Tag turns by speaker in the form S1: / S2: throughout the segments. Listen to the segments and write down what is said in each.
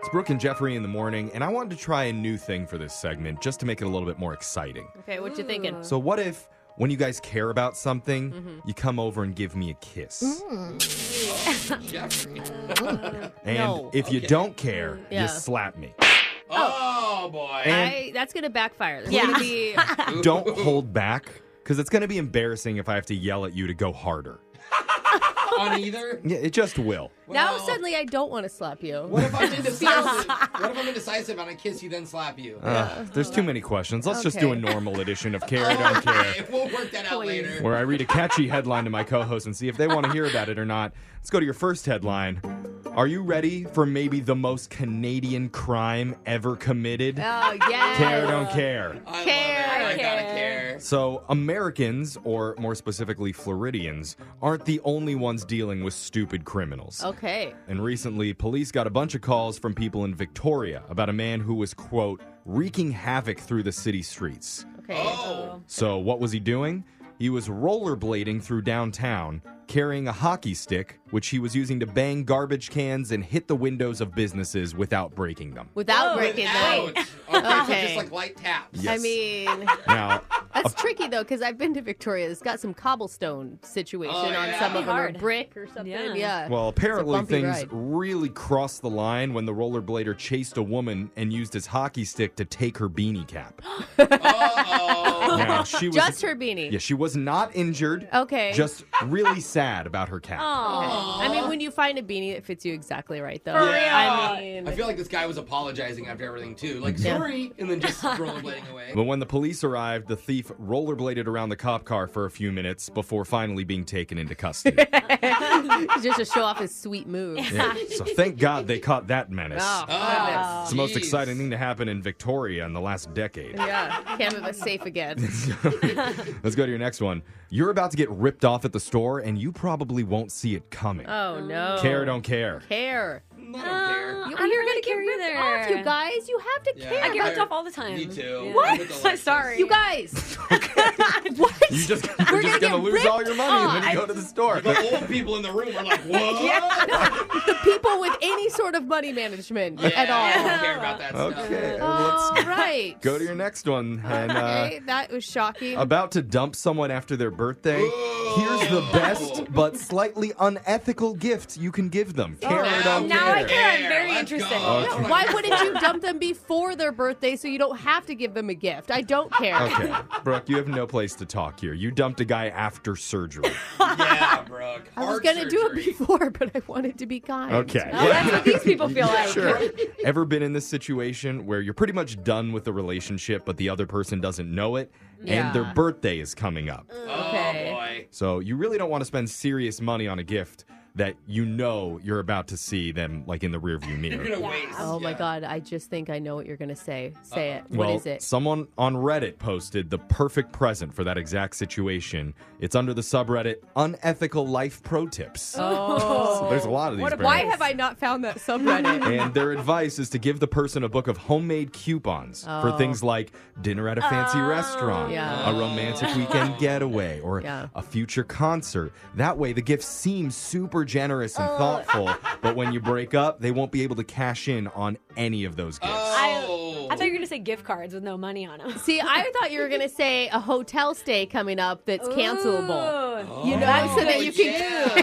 S1: It's Brooke and Jeffrey in the morning, and I wanted to try a new thing for this segment just to make it a little bit more exciting.
S2: Okay, what you thinking?
S1: So, what if when you guys care about something,
S2: Mm-hmm.
S1: you come over and give me a kiss?
S2: Mm.
S3: Jeffrey.
S1: And
S2: No.
S1: if you don't care,
S2: Yeah.
S1: you slap me.
S3: Oh, boy.
S1: And
S2: I, that's gonna backfire. There's
S4: Yeah.
S2: gonna be-
S1: don't hold back because it's going to be embarrassing if I have to yell at you to go harder.
S3: on either.
S1: Yeah, it just will.
S2: now
S3: Well,
S2: suddenly I don't want to slap you.
S3: What if I'm indecisive? what if I'm indecisive and I kiss you, then slap you?
S1: Uh, there's too many questions. Let's just do a
S2: Okay.
S1: normal edition of Care I Don't Care.
S3: Okay, we'll work that out later.
S1: where I read a catchy headline to my co hosts and see if they want to hear about it or not. Let's go to your first headline. Are you ready for maybe the most Canadian crime ever committed?
S2: Oh yeah.
S1: Care, don't care.
S3: I
S2: Care,
S3: love it. I gotta
S2: care.
S3: care.
S1: So, Americans, or more specifically Floridians, aren't the only ones dealing with stupid criminals.
S2: Okay.
S1: And recently, police got a bunch of calls from people in Victoria about a man who was, quote, wreaking havoc through the city streets.
S2: Okay.
S3: Oh,
S1: So, what was he doing? He was rollerblading through downtown, carrying a hockey stick, which he was using to bang garbage cans and hit the windows of businesses without breaking them.
S2: Without
S4: Oh,
S2: breaking them.
S3: ouch. Okay, so
S2: Okay.
S3: just like light taps.
S1: Yes.
S2: I mean,
S1: Now,
S2: that's tricky though, because I've been to Victoria. It's got some cobblestone situation
S3: Oh,
S2: on
S3: yeah.
S2: some of them, or
S4: Hard.
S2: brick or something. Yeah.
S4: Yeah.
S1: well, apparently
S2: bumpy
S1: things
S2: ride.
S1: really crossed the line when the rollerblader chased a woman and used his hockey stick to take her beanie cap.
S3: Uh-oh.
S1: Now, she was
S2: Just her beanie.
S1: Yeah, she was not injured.
S2: Okay.
S1: Just really sad about her cap.
S2: I mean, when you find a beanie that fits you exactly right, though.
S4: For
S2: I
S3: Yeah.
S2: mean,
S3: I feel like this guy was apologizing after everything too. Like,
S2: Yeah.
S3: sorry, and then just rollerblading away.
S1: But when the police arrived, the thief rollerbladed around the cop car for a few minutes before finally being taken into custody.
S2: just to show off his sweet moves.
S1: Yeah. So thank God they caught that menace.
S2: Oh,
S3: Oh,
S1: it's the most
S3: jeez.
S1: exciting thing to happen in Victoria in the last decade.
S2: goodness. Yeah. Can't move us safe again.
S1: Let's go to your next one. You're about to get ripped off at the store, and you probably won't see it coming.
S2: Oh, no.
S1: Care, don't care.
S2: care.
S3: I don't
S2: You-
S3: care.
S4: Uh, You, I
S2: you're
S4: don't really
S2: gonna
S4: care
S2: get ripped
S4: either.
S2: off, you guys. You have to
S3: Yeah.
S2: care.
S4: I get
S2: about-
S4: ripped off all the time.
S3: Me too.
S4: Yeah.
S3: What? I'm with the
S4: Sorry.
S2: You guys.
S1: You just, you're just
S2: gonna
S1: going to
S2: get
S1: lose all your money when you
S2: off.
S1: go to the store.
S3: The old people in the room are like, whoa.
S2: the people with any sort of money management
S3: Yeah,
S2: at
S3: I don't
S2: all.
S3: care about that stuff.
S1: Okay,
S2: All
S1: let's
S2: right.
S1: go to your next one. And, uh,
S2: Oh. Okay, that was shocking.
S1: about to dump someone after their birthday, here's the best but slightly unethical gift you can give them. Care or don't
S4: Oh, Now I
S1: care.
S4: care. I'm very
S3: Let's
S4: interested.
S3: go.
S1: Okay.
S2: Why wouldn't you dump them before their birthday so you don't have to give them a gift? I don't care.
S1: Okay, Brooke, you have no place to talk here. You dumped a guy after surgery.
S3: Yeah, Brooke.
S2: I was
S3: Heart
S2: gonna do it
S3: surgery.
S2: before, but I wanted to be kind.
S1: Okay.
S4: Oh, that's what these people feel like.
S1: Sure. Ever been in this situation where you're pretty much done with the relationship, but the other person doesn't know it,
S2: Yeah.
S1: and their birthday is coming up?
S2: Okay.
S3: Oh, boy.
S1: So you really don't want to spend serious money on a gift that you know you're about to see them like in the rearview mirror.
S3: You're gonna waste.
S2: Oh my
S3: yeah.
S2: God! I just think I know what you're gonna say. Say it.
S1: Uh, well,
S2: what is it?
S1: Someone on Reddit posted the perfect present for that exact situation. It's under the subreddit Unethical Life Pro Tips.
S2: Oh.
S1: So there's a lot of these.
S2: What- why
S1: apparently.
S2: have I not found that subreddit?
S1: and their advice is to give the person a book of homemade coupons for
S2: Oh.
S1: things like dinner at a fancy restaurant,
S2: Yeah.
S1: a romantic weekend getaway, or
S2: Yeah.
S1: a future concert. That way, the gift seems super generous and
S2: Oh.
S1: thoughtful, but when you break up, they won't be able to cash in on any of those gifts.
S3: Oh.
S4: I thought you were gonna say gift cards with no money on them.
S2: See, I thought you were gonna say a hotel stay coming up that's cancelable.
S3: Oh,
S4: You know,
S2: That's so that you can
S3: yeah.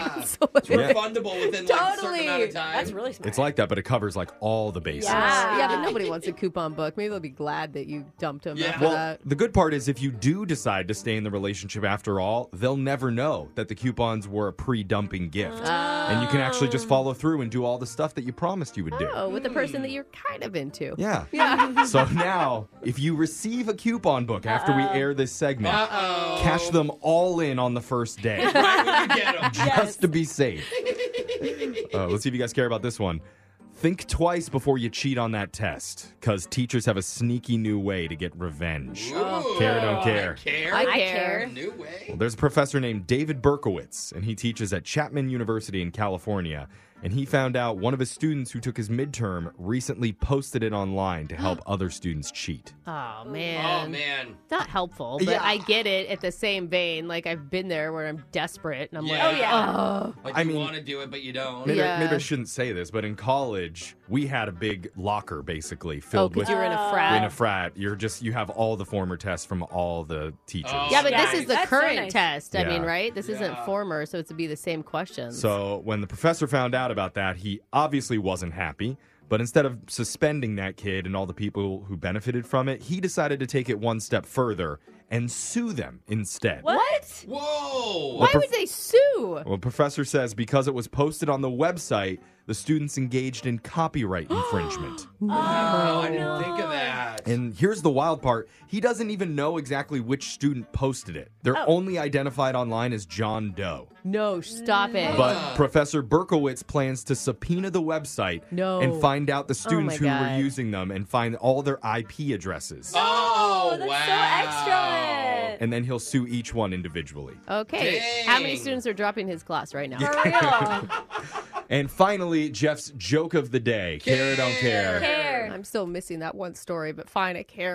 S2: cancel it.
S1: Yeah.
S3: Refundable within like, a certain
S2: Totally.
S3: amount of time.
S4: that's really smart.
S1: It's like that, but it covers like all the bases.
S4: Yeah.
S2: Yeah, but nobody wants a coupon book. Maybe they'll be glad that you dumped them
S3: Yeah.
S2: after
S1: Well,
S2: that.
S1: the good part is if you do decide to stay in the relationship after all, they'll never know that the coupons were a pre dumping gift. And you can actually just follow through and do all the stuff that you promised you would do.
S2: Oh, with the person that you're kind of into.
S1: Yeah.
S2: Yeah.
S1: So now, if you receive a coupon book after we air this segment,
S3: Uh-oh.
S1: cash them all in on the first day
S3: Right when you get 'em.
S1: just to be safe. Uh, let's see if you guys care about this one. Think twice before you cheat on that test, because teachers have a sneaky new way to get revenge.
S3: Ooh.
S1: Care, don't care.
S3: I care.
S2: I
S4: I
S2: care.
S4: care.
S3: New way.
S1: Well, there's a professor named David Berkowitz, and he teaches at Chapman University in California. And he found out one of his students who took his midterm recently posted it online to help other students cheat.
S2: Oh
S3: Oh
S2: man.
S3: man.
S2: Not helpful, but
S1: Yeah.
S2: I get it at the same vein. Like I've been there where I'm desperate and I'm
S3: Yeah.
S2: like,
S4: Oh yeah.
S2: oh,
S3: Like
S1: I
S3: you
S1: mean-
S3: want to do it, but you don't.
S1: Maybe,
S2: Yeah.
S1: maybe I shouldn't say this, but in college, we had a big locker basically filled with
S2: because "Oh, you're in
S4: Oh.
S2: a frat.
S1: in a frat. You're just you have all the former tests from all the teachers.
S3: Oh.
S2: yeah, but
S4: Yeah,
S2: this is the
S4: that's so
S2: current
S4: nice.
S2: test. I mean,
S1: Yeah.
S2: right? This isn't
S3: Yeah.
S2: former, so it's to be the same questions.
S1: So when the professor found out about that, he obviously wasn't happy. But instead of suspending that kid and all the people who benefited from it, he decided to take it one step further and sue them instead.
S4: What?
S3: Whoa.
S2: Why would they sue?
S1: Well, professor says because it was posted on the website, the students engaged in copyright infringement.
S3: Wow, I didn't think of that.
S1: And here's the wild part. He doesn't even know exactly which student posted it. They're only identified online as John Doe.
S2: No, stop it.
S1: But Professor Berkowitz plans to subpoena the website
S2: No. Oh
S1: and find out the students
S2: my
S1: who were
S2: God. Ah.
S1: using them and find all their IP addresses.
S3: oh,
S4: Oh, that's
S3: wow.
S4: so extra.
S1: And then he'll sue each one individually.
S2: okay. How many
S3: Dang.
S2: students are dropping his class right now?
S4: For real.
S1: And finally, Jeff's joke of the day. Care or don't care.
S3: Care.
S4: Care.
S2: I'm still missing that one story, but fine, I care.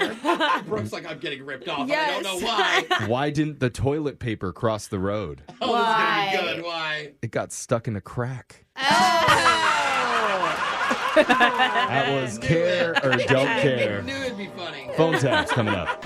S3: Brooke's like, I'm getting ripped off.
S2: Yes.
S3: And I don't know why.
S1: Why didn't the toilet paper cross the road?
S3: Oh, this is gonna be good. Why?
S1: It got stuck in a crack.
S2: oh.
S1: That was care or don't
S3: I
S1: care.
S3: knew it'd be funny.
S1: Phone taps coming up.